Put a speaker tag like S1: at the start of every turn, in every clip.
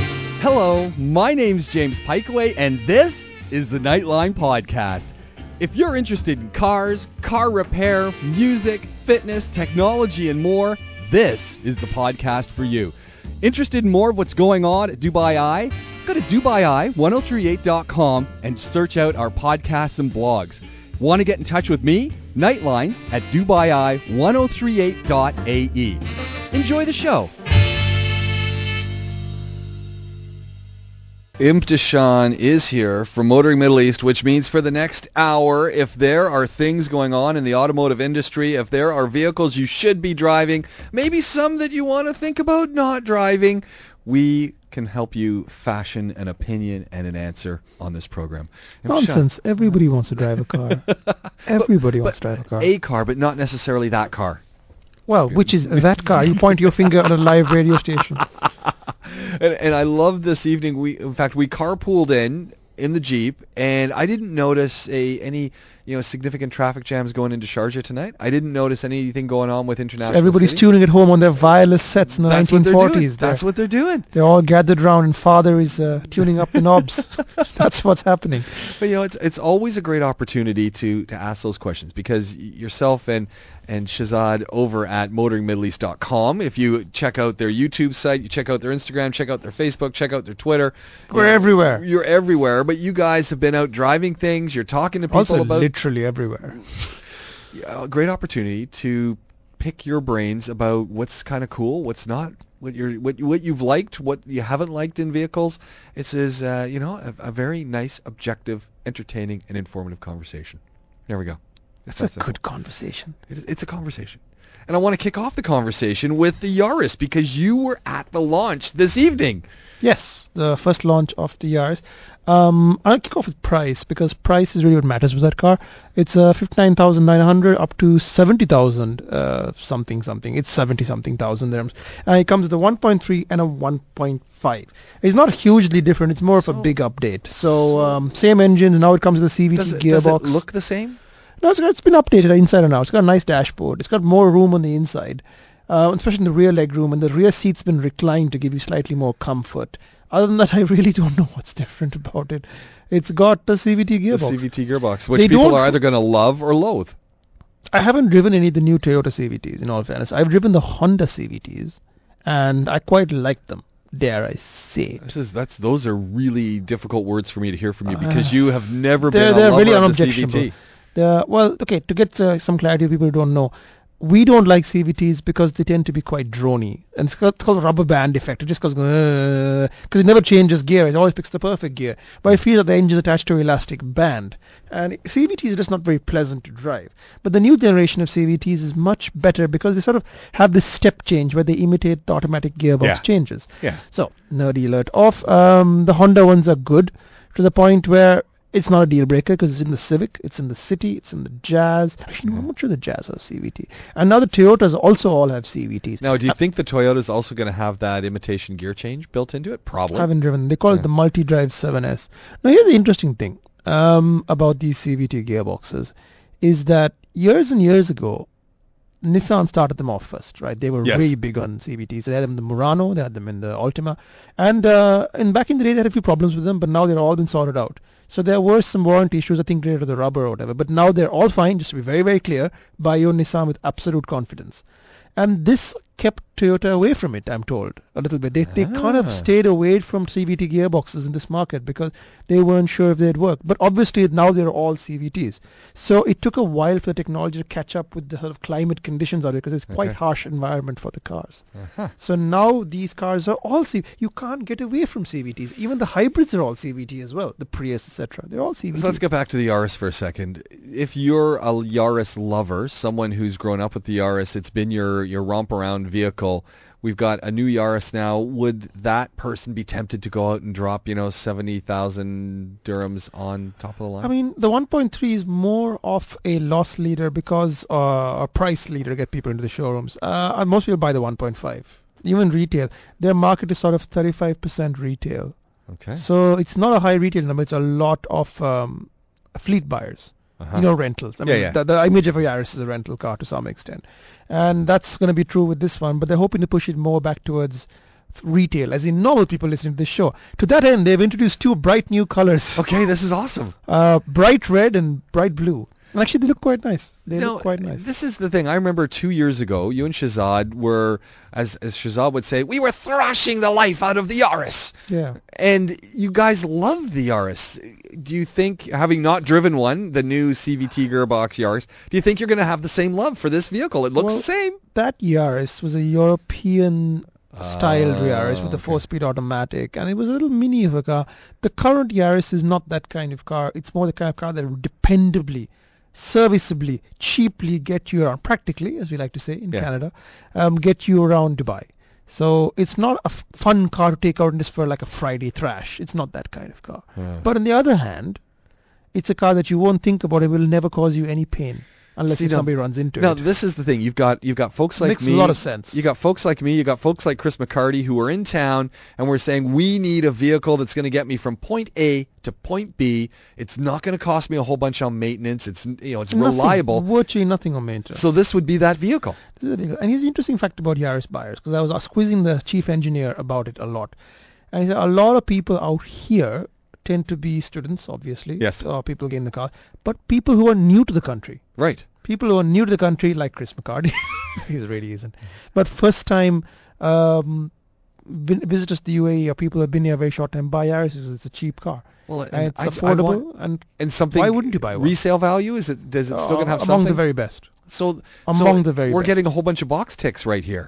S1: Hello, my name's James Pikeway, and this is the Nightline Podcast. If you're interested in cars, car repair, music, fitness, technology, and more, this is the podcast for you. Interested in more of what's going on at Dubai Eye? Go to DubaiEye1038.com and search out our podcasts and blogs. Want to get in touch with me? Nightline at DubaiEye1038.ae. E. Enjoy the show. Imtishan is here from Motoring Middle East, which means for the next hour, if there are things going on in the automotive industry, if there are vehicles you should be driving, maybe some that you want to think about not driving, we can help you fashion an opinion and an answer on this program. Imtishan,
S2: Nonsense. Everybody wants to drive a car. Everybody wants to drive a car.
S1: A car, but not necessarily that car.
S2: well, which is that car? You point your finger at a live radio station.
S1: and, and I love this evening. We, in fact, we carpooled in in the jeep, and I didn't notice a any you know significant traffic jams going into Sharjah tonight. I didn't notice anything going on with international.
S2: Everybody's
S1: City.
S2: tuning at home on their wireless sets in the
S1: That's what they're
S2: 1940s.
S1: doing.
S2: They're,
S1: That's what they're doing.
S2: they're all gathered round, and father is uh, tuning up the knobs. That's what's happening.
S1: But you know, it's it's always a great opportunity to to ask those questions because y- yourself and and Shazad over at motoringmiddleeast.com. If you check out their YouTube site, you check out their Instagram, check out their Facebook, check out their Twitter. you
S2: We're
S1: know,
S2: everywhere.
S1: You're everywhere, but you guys have been out driving things. You're talking to people
S2: Also,
S1: about Mm,
S2: literally everywhere.
S1: a great opportunity to pick your brains about what's kind of cool, what's not, what you're what you- what you've liked, what you haven't liked in vehicles. This is uh, you know a, a very nice, objective, entertaining, and informative conversation. There we go.
S2: That's,
S1: That's
S2: a
S1: simple.
S2: good conversation.
S1: It is, it's a conversation. And I want to kick off the conversation with the Yaris because you were at the launch this evening.
S2: Yes, the first launch of the Yaris. Um, I'll kick off with price because price is really what matters with that car. It's uh, fifty-nine thousand nine hundred up to seventy thousand uh, something something. It's seventy something thousand dirhams, and it comes with a one point three and a one point five. It's not hugely different. It's more of a big update. So um, same engines. Now it comes with a CVT
S1: Does it,
S2: gearbox.
S1: does it look the same?
S2: No, it's, got- it's been updated inside and out. It's got a nice dashboard. It's got more room on the inside, uh, especially in the rear leg room. And the rear seat's been reclined to give you slightly more comfort. Other than that, I really don't know what's different about it. It's got the CVT
S1: The
S2: gearbox.
S1: CVT gearbox, which
S2: They
S1: people
S2: don't-
S1: are either going to love or loathe.
S2: I haven't driven any of the new Toyota CVTs. In all fairness, I've driven the Honda CVTs, and I quite like them. Dare I say?
S1: This is that's those are really difficult words for me to hear from you because you have never been a
S2: Uh, they're- they're
S1: lover
S2: really
S1: of the
S2: unobjectionable.
S1: CVT.
S2: The, well, okay, to get uh, some clarity, people who don't know. We don't like CVTs because they tend to be quite drony. And it's called, it's called rubber band effect. It just goes, because it never changes gear. It always picks the perfect gear. But I feel that the engine is attached to an elastic band. And CVTs are just not very pleasant to drive. But the new generation of CVTs is much better because they sort of have this step change where they imitate the automatic gearbox
S1: Yeah.
S2: changes.
S1: Yeah.
S2: So nerdy alert off. Um, the Honda ones are good to the point where it's not a deal breaker because it's in the Civic, it's in the City, it's in the Jazz. Actually, no, I'm not sure the Jazz has CVT. And now the Toyotas also all have CVTs.
S1: Now, do you think the Toyota's also going to have that imitation gear change built into it? Probably.
S2: I haven't driven. They call it the Multi Drive 7S. Now here's the interesting thing um, about these CVT gearboxes is that years and years ago, Nissan started them off first, right? They were
S1: Yes.
S2: really big on CVTs. They had them in the Murano, they had them in the Altima, and uh, and back in the day they had a few problems with them, but now they're all been sorted out. So there were some warranty issues, I think, related to the rubber or whatever, but now they're all fine. Just to be very very clear, buy your Nissan with absolute confidence, and this kept Toyota away from it. I'm told a little bit. They they kind
S1: Ah.
S2: of stayed away from CVT gearboxes in this market because they weren't sure if they'd work. But obviously now they're all CVTs. So it took a while for the technology to catch up with the sort of climate conditions out there because it's quite
S1: Okay.
S2: harsh environment for the cars. So now these cars are all CV. You can't get away from CVTs. Even the hybrids are all CVT as well. The Prius, etc. They're all CVT.
S1: So let's get back to the Yaris for a second. If you're a Yaris lover, someone who's grown up with the Yaris, it's been your your romp around vehicle. We've got a new Yaris now. Would that person be tempted to go out and drop, you know, seventy thousand dirhams on top of the line?
S2: I mean, the 1.3 is more of a loss leader because uh, a price leader get people into the showrooms. Uh, and most people buy the 1.5. Even retail, their market is sort of 35% retail.
S1: okay.
S2: So it's not a high retail number. It's a lot of um, fleet buyers.
S1: Uh-huh.
S2: You know, rentals. I
S1: Yeah,
S2: mean,
S1: yeah.
S2: The, the image of a Yaris is a rental car to some extent, and that's going to be true with this one. But they're hoping to push it more back towards retail, as in normal people listening to the show. To that end, they've introduced two bright new colors,
S1: Uh-huh. Okay, this is awesome.
S2: uh, bright red and bright blue. And actually, they look quite nice. They
S1: No,
S2: look quite nice.
S1: This is the thing. I remember two years ago, you and Shazad were, as, as Shazad would say, we were thrashing the life out of the Yaris.
S2: yeah.
S1: And you guys love the Yaris. Do you think, having not driven one, the new CVT gearbox Yaris, do you think you're going to have the same love for this vehicle? It looks
S2: Well,
S1: the same.
S2: That Yaris was a European styled
S1: Ah,
S2: Yaris with a
S1: okay.
S2: four-speed automatic, and it was a little mini of a car. The current Yaris is not that kind of car. It's more the kind of car that will dependably, serviceably, cheaply get you around, practically, as we like to say in
S1: Yeah.
S2: Canada, um, get you around Dubai. So it's not a f- fun car to take out just for like a Friday thrash. It's not that kind of car. But on the other hand, it's a car that you won't think about. It will never cause you any pain unless
S1: See,
S2: if
S1: now-
S2: somebody runs into
S1: Now
S2: it.
S1: this is the thing. You've got you've got folks like
S2: Makes a
S1: me.
S2: lot of sense.
S1: You got folks like me. You got folks like Chris McCarty who are in town and we're saying we need a vehicle that's going to get me from point A to point B. It's not going to cost me a whole bunch on maintenance. It's you know it's
S2: Nothing,
S1: reliable.
S2: Virtually nothing on maintenance.
S1: So this would be that vehicle.
S2: This is a big- and here's the interesting fact about Yaris buyers because I was uh, squeezing the chief engineer about it a lot. And he said a lot of people out here tend to be students, obviously.
S1: Yes.
S2: Or people getting the car, but people who are new to the country.
S1: Right.
S2: People who are new to the country, like Chris McCarty, he really isn't. But first time um, vi- visitors to the UAE or people who have been here a very short time buy Yaris because it's a cheap car.
S1: Well,
S2: And it's
S1: I- I want-
S2: affordable and
S1: and something.
S2: Why wouldn't you buy one?
S1: Resale value is it? Does it still going to
S2: uh,
S1: have
S2: among
S1: something?
S2: the very best.
S1: so
S2: among
S1: so
S2: the very
S1: We're
S2: best.
S1: getting a whole bunch of box ticks right here,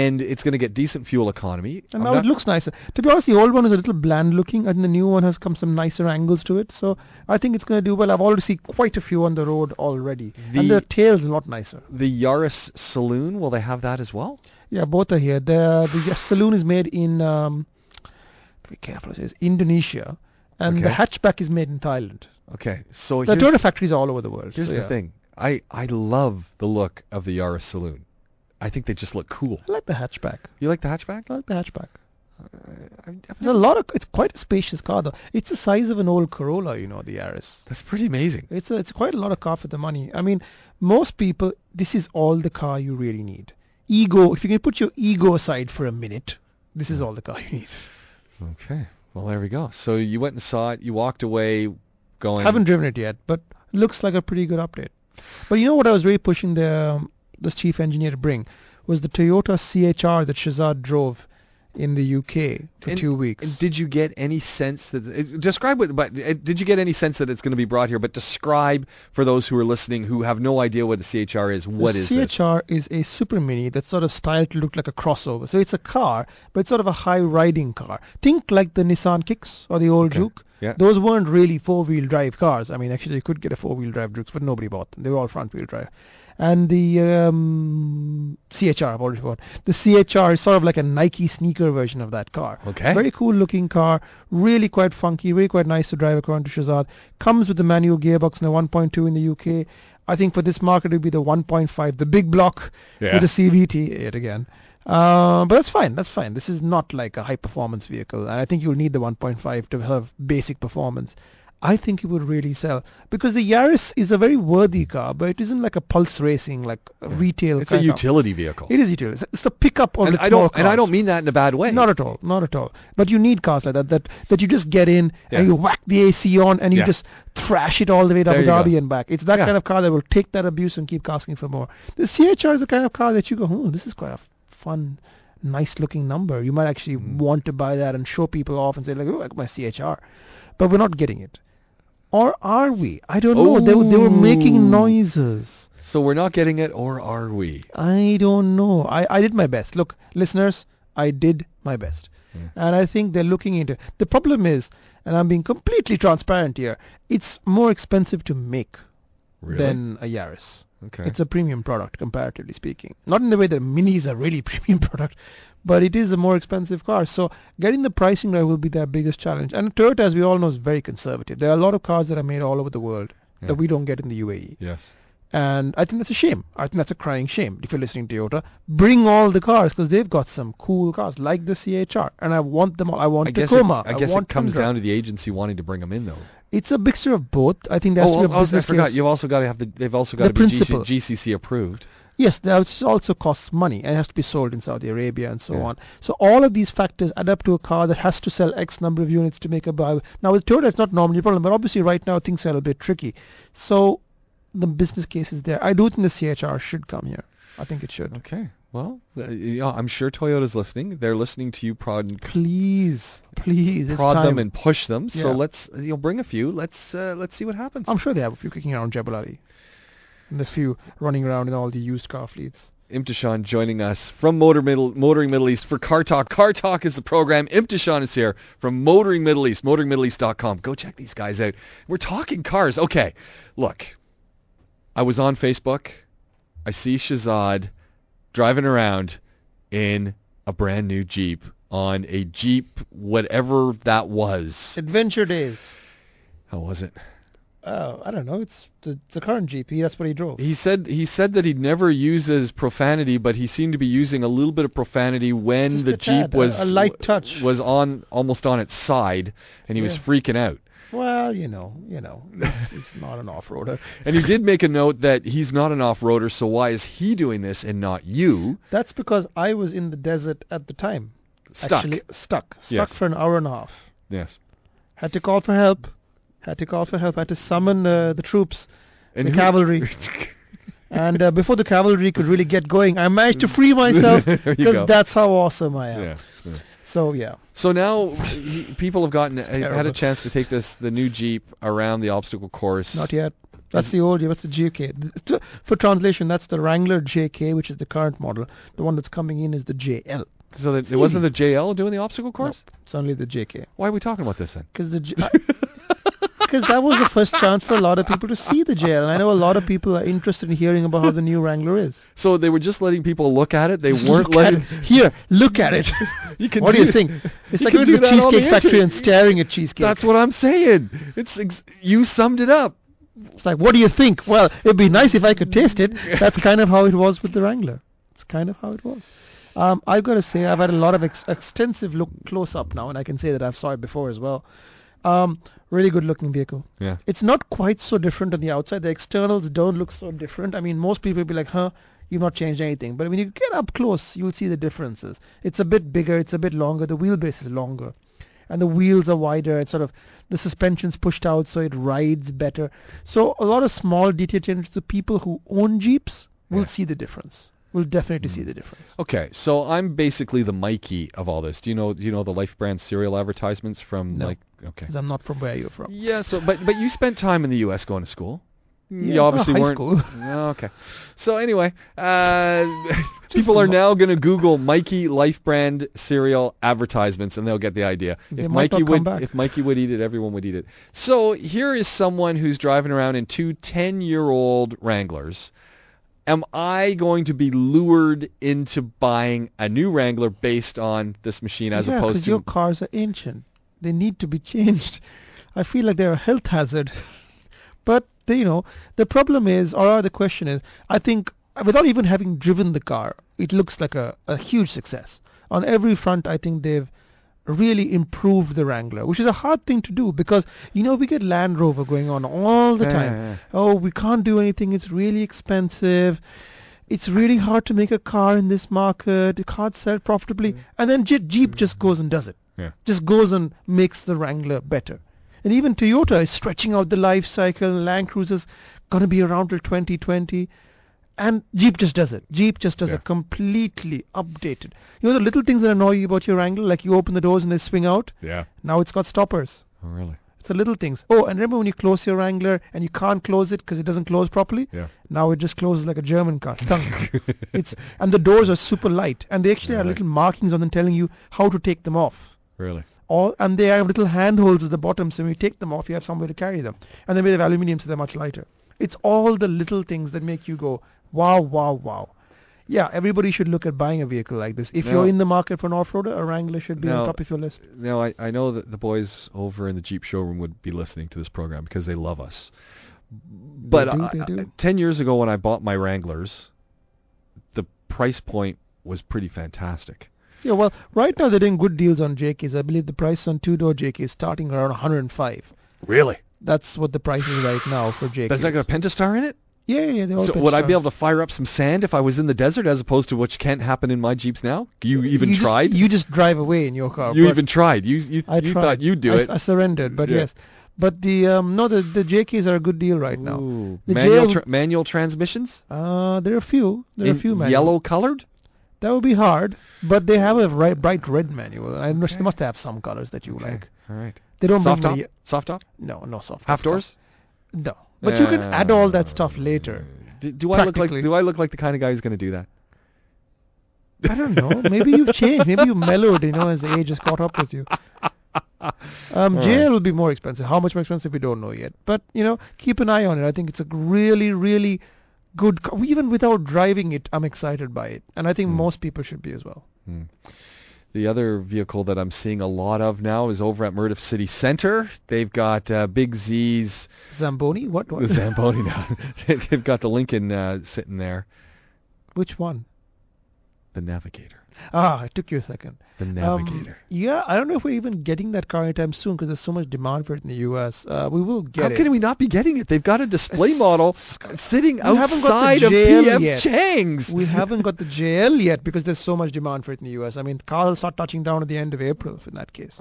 S1: and it's going to get decent fuel economy.
S2: And
S1: I'm
S2: now
S1: not-
S2: it looks nicer. To be honest, the old one is a little bland looking, and the new one has come some nicer angles to it. So I think it's going to do well. I've already seen quite a few on the road already, and
S1: The-
S2: the tail's a lot nicer.
S1: the Yaris Saloon. Will they have that as well?
S2: Yeah, both are here. The the y- saloon is made in um, be careful, it says Indonesia, and the
S1: Okay.
S2: hatchback is made in Thailand.
S1: Okay, so
S2: The
S1: here's,
S2: Toyota factories are all over the world.
S1: here's
S2: so
S1: the
S2: yeah.
S1: thing. I, I love the look of the Yaris Saloon. I think they just look cool.
S2: I like the hatchback.
S1: You like the hatchback?
S2: I like the hatchback.
S1: I- I've
S2: There's a
S1: never-
S2: lot of. It's quite a spacious car though. It's the size of an old Corolla, you know, the Yaris.
S1: That's pretty amazing.
S2: It's a, it's quite a lot of car for the money. I mean, most people, this is all the car you really need. Ego, if you can put your ego aside for a minute, this is all the car you need.
S1: Okay, well there we go. So you went and saw it. You walked away, going.
S2: haven't driven it yet, but looks like a pretty good update. But you know what I was really pushing the um, this chief engineer to bring was the Toyota CHR that Shazad drove in the UK for
S1: And-
S2: two weeks.
S1: and did you get any sense that it- describe what? But uh, did you get any sense that it's going to be brought here? But describe for those who are listening who have no idea what a CHR is. What
S2: the
S1: is this?
S2: CHR is a super mini that's sort of styled to look like a crossover. So it's a car, but it's sort of a high riding car. Think like the Nissan Kicks or the old Juke.
S1: yeah.
S2: Those weren't really four wheel drive cars. I mean, actually, you could get a four wheel drive Jukes, but nobody bought them. They were all front wheel drive. And the um, CHR, I've already bought. The CHR is sort of like a Nike sneaker version of that car.
S1: Okay.
S2: Very cool looking car. Really quite funky. Really quite nice to drive according to Shazad. Comes with the manual gearbox and a 1.2 in the UK. I think for this market it would be the 1.5, the big block
S1: Yeah.
S2: with the CVT yet again. Uh, but that's fine. That's fine. This is not like a high performance vehicle, and I think you'll need the 1.5 to have basic performance. I think it would really sell because the Yaris is a very worthy car, but it isn't like a pulse racing, like a retail.
S1: It's a
S2: kind of-
S1: utility vehicle.
S2: It is utility. It's- It's the pickup of
S1: and
S2: the
S1: I
S2: small
S1: don't and I
S2: cars.
S1: don't mean that in a bad way.
S2: Not at all. Not at all. But you need cars like that that, that you just get in
S1: Yeah.
S2: and you whack the AC on and you
S1: Yeah.
S2: just thrash it all the way to
S1: There
S2: Abu
S1: you go.
S2: Dhabi and back. It's that
S1: Yeah.
S2: kind of car that will take that abuse and keep asking for more. The CHR is the kind of car that you go, oh, this is quite a fun, nice looking number. You might actually
S1: Mm.
S2: want to buy that and show people off and say, like, oh, like my CHR. But we're not getting it. Or are we? I don't know. They, were- they were
S1: Ooh.
S2: making noises.
S1: so we're not getting it, or are we?
S2: I don't know. I, I did my best. Look, listeners, I did my best.
S1: Hmm.
S2: And I think they're looking into it. The problem is, and I'm being completely transparent here, it's more expensive to make
S1: Really?
S2: than a Yaris.
S1: okay.
S2: It's a premium product, comparatively speaking. Not in the way that minis are really premium product, but it is a more expensive car. So getting the pricing right will be their biggest challenge. And Toyota, as we all know, is very conservative. There are a lot of cars that are made all over the world
S1: Yeah.
S2: that we don't get in the E. UAE.
S1: yes.
S2: And I think that's a shame. I think that's a crying shame. If you're listening to Toyota, bring all the cars because they've got some cool cars like the CHR, and I want them all. I want
S1: I guess
S2: Tacoma.
S1: it, I guess
S2: want
S1: it comes
S2: Tundra.
S1: down to the agency wanting to bring them in, though.
S2: It's a mixture of both. I think that's
S1: oh,
S2: your
S1: I, was- I
S2: business
S1: forgot.
S2: case.
S1: You've also got to have the. They've also got
S2: The
S1: to be GC,
S2: principle.
S1: GCC approved.
S2: Yes, that also costs money and has to be sold in Saudi Arabia and so on. So all of these factors add up to a car that has to sell X number of units to make a buy. Now with Toyota, it's not normally a problem, but obviously right now things are a little bit tricky. So the business case is there. I do think the CHR should come here. I think it should.
S1: Okay. Well, uh, yeah, I'm sure Toyota's listening. They're listening to you prod
S2: Please, please, it's
S1: prod
S2: time.
S1: them and push them. So
S2: Yeah.
S1: let's you'll bring a few. Let's uh, let's see what happens.
S2: I'm sure they have a few kicking around Jebel Ali. And a few running around in all the used car fleets.
S1: Imtishan joining us from Motor Middle, Motoring Middle East for Car Talk. Car Talk is the program. Imtishan is here from Motoring Middle East, motoringmiddleeast.com. Go check these guys out. We're talking cars. Okay, look, I was on Facebook. I see Shazad driving around in a brand new Jeep on a Jeep, whatever that was.
S2: Adventure Days.
S1: How was it?
S2: Oh, I don't know. It's the, the current GP. That's what he drove.
S1: He said he said that he never uses profanity, but he seemed to be using a little bit of profanity when
S2: Just
S1: the
S2: a
S1: jeep
S2: tad, a-
S1: was
S2: a light touch.
S1: was on almost on its side, and he was
S2: Yeah.
S1: freaking out.
S2: Well, you know, you know, he's, he's not an off-roader.
S1: And he did make a note that he's not an off-roader, so why is he doing this and not you?
S2: That's because I was in the desert at the time.
S1: Stuck.
S2: Actually, stuck. Stuck
S1: Yes.
S2: for an hour and a half.
S1: Yes.
S2: Had to call for help. Had to call for help. Had to summon uh, the troops,
S1: And
S2: the
S1: who-
S2: cavalry. and uh, before the cavalry could really get going, I managed to free myself
S1: There you go.
S2: because that's how awesome I am.
S1: Yeah, yeah.
S2: So, yeah.
S1: So now he, people have gotten had a
S2: terrible.
S1: chance to take this the new jeep around the obstacle course.
S2: Not yet. That's the old. That's the JK. Th- t- For translation, that's the Wrangler JK, which is the current model. The one that's coming in is the JL.
S1: So that, it wasn't the JL doing the obstacle course.
S2: It's only the JK.
S1: Why are we talking about this then?
S2: Because the because that was the first chance for a lot of people to see the JL. And I know a lot of people are interested in hearing about how the new Wrangler is.
S1: So they were just letting people look at it. They weren't
S2: Look at
S1: letting.
S2: it. here. Look at it.
S1: You can
S2: what do you think? It's
S1: You
S2: like
S1: can
S2: going
S1: do
S2: to a
S1: that on the
S2: cheesecake factory
S1: internet.
S2: and staring at cheesecake.
S1: That's what I'm saying. It's ex- you summed it up.
S2: It's like, what do you think? Well, it'd be nice if I could taste it. That's kind of how it was with the Wrangler. It's kind of how it was. Um, I've got to say, I've had a lot of ex- extensive look close up now, and I can say that I've saw it before as well. Um, really good looking vehicle.
S1: Yeah.
S2: It's not quite so different on the outside. The externals don't look so different. I mean, most people will be like, huh, you've not changed anything. But when you get up close, you'll see the differences. It's a bit bigger. It's a bit longer. The wheelbase is longer. And the wheels are wider. It's sort of the suspension's pushed out so it rides better. So a lot of small detail changes to people who own Jeeps will
S1: Yeah. Hmm.
S2: see the difference. Will definitely see the difference.
S1: Okay, so I'm basically the Mikey of all this. Do you know? Do you know the Life brand cereal advertisements from
S2: No.
S1: like? Okay.
S2: 'Cause I'm not from where you're from.
S1: Yeah. So, but but you spent time in the U.S. going to school.
S2: Yeah,
S1: you obviously
S2: high
S1: weren't.
S2: school.
S1: Oh, okay. So anyway, uh, people are now going to Google Mikey Life brand cereal advertisements, and they'll get the idea.
S2: They
S1: if
S2: might
S1: Mikey
S2: not come
S1: would,
S2: back.
S1: if Mikey would eat it, everyone would eat it. So here is someone who's driving around in two 10-year-old Wranglers. Am I going to be lured into buying a new Wrangler based on this machine as
S2: yeah,
S1: opposed
S2: 'cause your
S1: to?
S2: cars are ancient. They need to be changed. I feel like they're a health hazard. but they, you know, the problem is, or the question is, I think without even having driven the car, it looks like a, a huge success on every front. I think they've really improved the Wrangler, which is a hard thing to do because you know we get Land Rover going on all the
S1: Yeah,
S2: time.
S1: yeah, yeah.
S2: Oh, we can't do anything. It's really expensive. It's really hard to make a car in this market. You can't sell it
S1: Mm.
S2: profitably. And then Je- Jeep just goes and does it.
S1: Yeah.
S2: Just goes and makes the Wrangler better. And even Toyota is stretching out the life cycle. Land Cruiser's going to be around till 2020. And Jeep just does it. Jeep just does
S1: Yeah.
S2: a completely updated. You know the little things that annoy you about your Wrangler, like you open the doors and they swing out?
S1: Yeah.
S2: Now it's got stoppers.
S1: Oh, really?
S2: It's the little things. Oh, and remember when you close your Wrangler and you can't close it because it doesn't close properly?
S1: Yeah.
S2: Now it just closes like a German car. Thunk. it's and the doors are super light, and they actually have
S1: Really?
S2: little markings on them telling you how to take them off.
S1: Really?
S2: All and they have little handholds at the bottom, so when you take them off, you have somewhere to carry them. And they're made of aluminium, so they're much lighter. It's all the little things that make you go, wow, wow, wow. Yeah, everybody should look at buying a vehicle like this. If
S1: No.
S2: you're in the market for an off-roader, a Wrangler should be
S1: No.
S2: on top of your list.
S1: Now I, I know that the boys over in the Jeep showroom would be listening to this program because they love us. But
S2: do,
S1: I-
S2: they
S1: I-
S2: do.
S1: ten years ago, when I bought my Wranglers, the price point was pretty fantastic.
S2: Yeah, well, right now they're doing good deals on JKs. I believe the price on two-door JK is starting around 105.
S1: Really?
S2: That's what the price is right now for JKs.
S1: Does that got a Pentastar in it?
S2: Yeah, yeah, yeah, they're all
S1: So
S2: pitch
S1: would I
S2: down.
S1: be able to fire up some sand if I was in the desert, as opposed to which can't happen in my jeeps now? You even
S2: you
S1: tried.
S2: Just, you just drive away in your car.
S1: You
S2: but
S1: even tried. You you,
S2: I
S1: you
S2: tried.
S1: thought you'd do
S2: I,
S1: it.
S2: I surrendered, but
S1: Yeah.
S2: yes. But the um, no, the the JKs are a good deal right now.
S1: Ooh.
S2: The
S1: Manual
S2: jail-
S1: tra- manual transmissions.
S2: Uh, there are a few. There are a
S1: In
S2: few manuals.
S1: yellow colored.
S2: That would be hard, but they have a ri bright red manual. I must, they must have some colors that you like.
S1: All right.
S2: They don't
S1: Soft top.
S2: bring many-
S1: Soft top.
S2: No, no soft.
S1: Half
S2: top.
S1: doors. Uh,
S2: No, but you can add all that stuff later.
S1: Do, do I look like
S2: Practically.
S1: Do I look like the kind of guy who's going to do that?
S2: I don't know. Maybe you've changed. Maybe you mellowed. You know, as the age has caught up with you. Um,
S1: All
S2: JL will be more expensive. How much more expensive we don't know yet. But you know, keep an eye on it. I think it's a really, really good. Co- even without driving it, I'm excited by it, and I think
S1: Hmm.
S2: most people should be as well.
S1: The other vehicle that I'm seeing a lot of now is over at Murdiff City Center. They've got uh, Big Z's
S2: Zamboni, what?
S1: the
S2: what?
S1: Zamboni now. They've got the Lincoln uh, sitting there.
S2: Which one?
S1: The Navigator.
S2: Ah, it took you a second.
S1: The
S2: Um,
S1: Navigator.
S2: yeah, I don't know if we're even getting that car anytime soon because there's so much demand for it in the U.S. Uh, we will get
S1: How
S2: it.
S1: can we not be getting it? They've got a display model sitting
S2: haven't got the
S1: outside of
S2: JL
S1: PM
S2: yet.
S1: Chang's.
S2: we haven't got the JL yet because there's so much demand for it in the US. I mean, car will start touching down at the end of April in that case.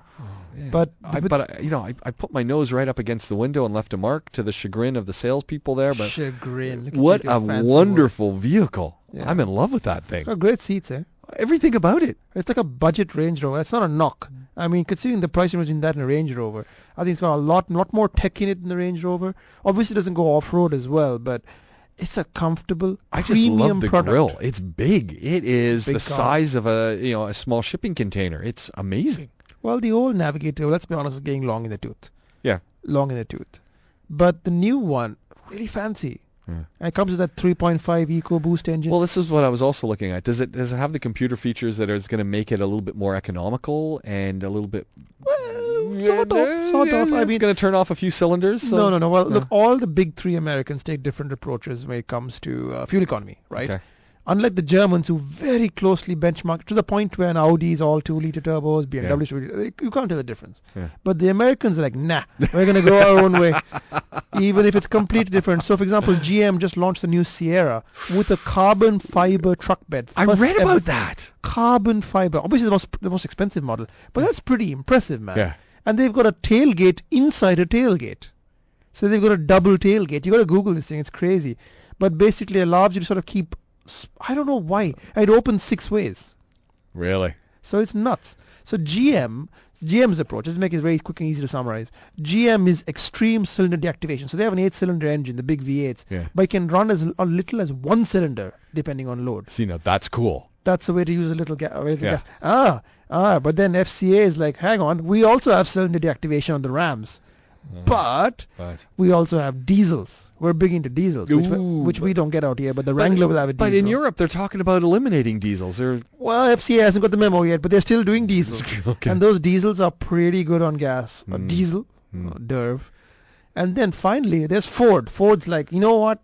S2: But,
S1: Oh, I,
S2: but
S1: but I, you know, I, I put my nose right up against the window and left a mark to the chagrin of the salespeople there. But
S2: chagrin. Look at
S1: what
S2: you with
S1: a
S2: your fancy words.
S1: wonderful vehicle!
S2: Yeah.
S1: I'm in love with that thing.
S2: Got great seats, eh?
S1: Everything about it.
S2: It's like a budget Range Rover. It's not a knock.
S1: Mm.
S2: I mean, considering the price range in that and a Range Rover, I think it's got a lot, lot more tech in it than the Range Rover. Obviously, it doesn't go off road as well, but it's a comfortable
S1: I just
S2: premium
S1: love the
S2: product.
S1: grill. It's big. It is the
S2: big car.
S1: size of a you know a small shipping container. It's amazing.
S2: Well, the old Navigator, let's be honest, is getting long in the tooth.
S1: Yeah.
S2: Long in the tooth. But the new one, really fancy.
S1: Yeah.
S2: And it comes with that 3.5 EcoBoost engine.
S1: Well, this is what I was also looking at. Does it does it have the computer features that is going to make it a little bit more economical and a little bit
S2: Well, sort of, sort
S1: Yeah,
S2: of. I
S1: it's
S2: mean,
S1: going to turn off a few cylinders. So.
S2: no, no, no. Well,
S1: no.
S2: look, all the big three Americans take different approaches when it comes to uh, fuel economy, right?
S1: Okay.
S2: Unlike the Germans, who very closely benchmark to the point where an Audi is all two-liter turbos, BMW, should be- you can't tell the difference.
S1: Yeah.
S2: But the Americans are like, nah, we're going to go our own way, even if it's completely different. So, for example, GM just launched the new Sierra with a carbon fiber truck bed.
S1: I
S2: First
S1: read
S2: ever.
S1: about that.
S2: carbon fiber. Obviously, the most the most expensive model, but that's pretty impressive, man.
S1: Yeah.
S2: And they've got a tailgate inside a tailgate, so they've got a double tailgate. You got to Google this thing; it's crazy. But basically, allows you to sort of keep. s- I don't know why it opens six ways,
S1: Really?
S2: so it's nuts. So GM, GM's approach, just make it very quick and easy to summarize. GM is extreme cylinder deactivation. So they have an eight-cylinder engine, the big V8s,
S1: Yeah.
S2: but it can run as l- little as one cylinder depending on load
S1: See, now that's cool.
S2: that's the way to use a little, ga- a little
S1: Yeah.
S2: gas. Ah, ah, but then FCA is like, hang on, we also have cylinder deactivation on the Rams,
S1: Mm-hmm.
S2: but
S1: But,
S2: we also have diesels. We're big into diesels, which, we-
S1: Ooh,
S2: which we don't get out here, but the Wrangler will have a
S1: but,
S2: diesel.
S1: in Europe, they're talking about eliminating diesels. They're,
S2: well, FCA hasn't got the memo yet, but they're still doing diesels,
S1: Okay.
S2: and those diesels are pretty good on gas. Uh,
S1: Mm.
S2: Diesel,
S1: Mm.
S2: uh, Derv, and then finally there's Ford. Ford's like, you know what?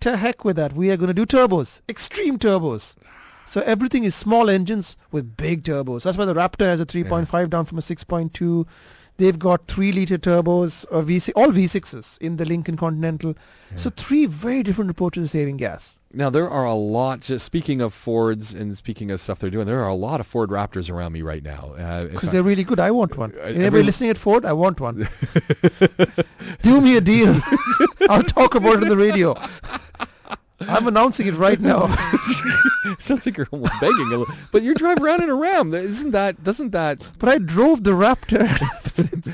S2: To heck with that. We are going to do turbos, extreme turbos. So everything is small engines with big turbos. That's why the Raptor has a 3.5 down from a 6.2. They've got three liter turbos, or V6, all V6s in the Lincoln Continental. So three very different approaches to saving gas.
S1: now there are a lot. Just speaking of Fords and speaking of stuff they're doing, there are a lot of Ford Raptors around me right now. Uh, in
S2: Because
S1: fact-
S2: they're really good. I want one.
S1: I-
S2: Anybody
S1: Uh, every-
S2: listening at Ford, I want one. Do me a deal. I'll talk about it on the radio. I'm announcing it right now.
S1: sounds like you're almost begging, a little, but you drive around in a Ram. Isn't that? Doesn't that?
S2: But I drove the Raptor.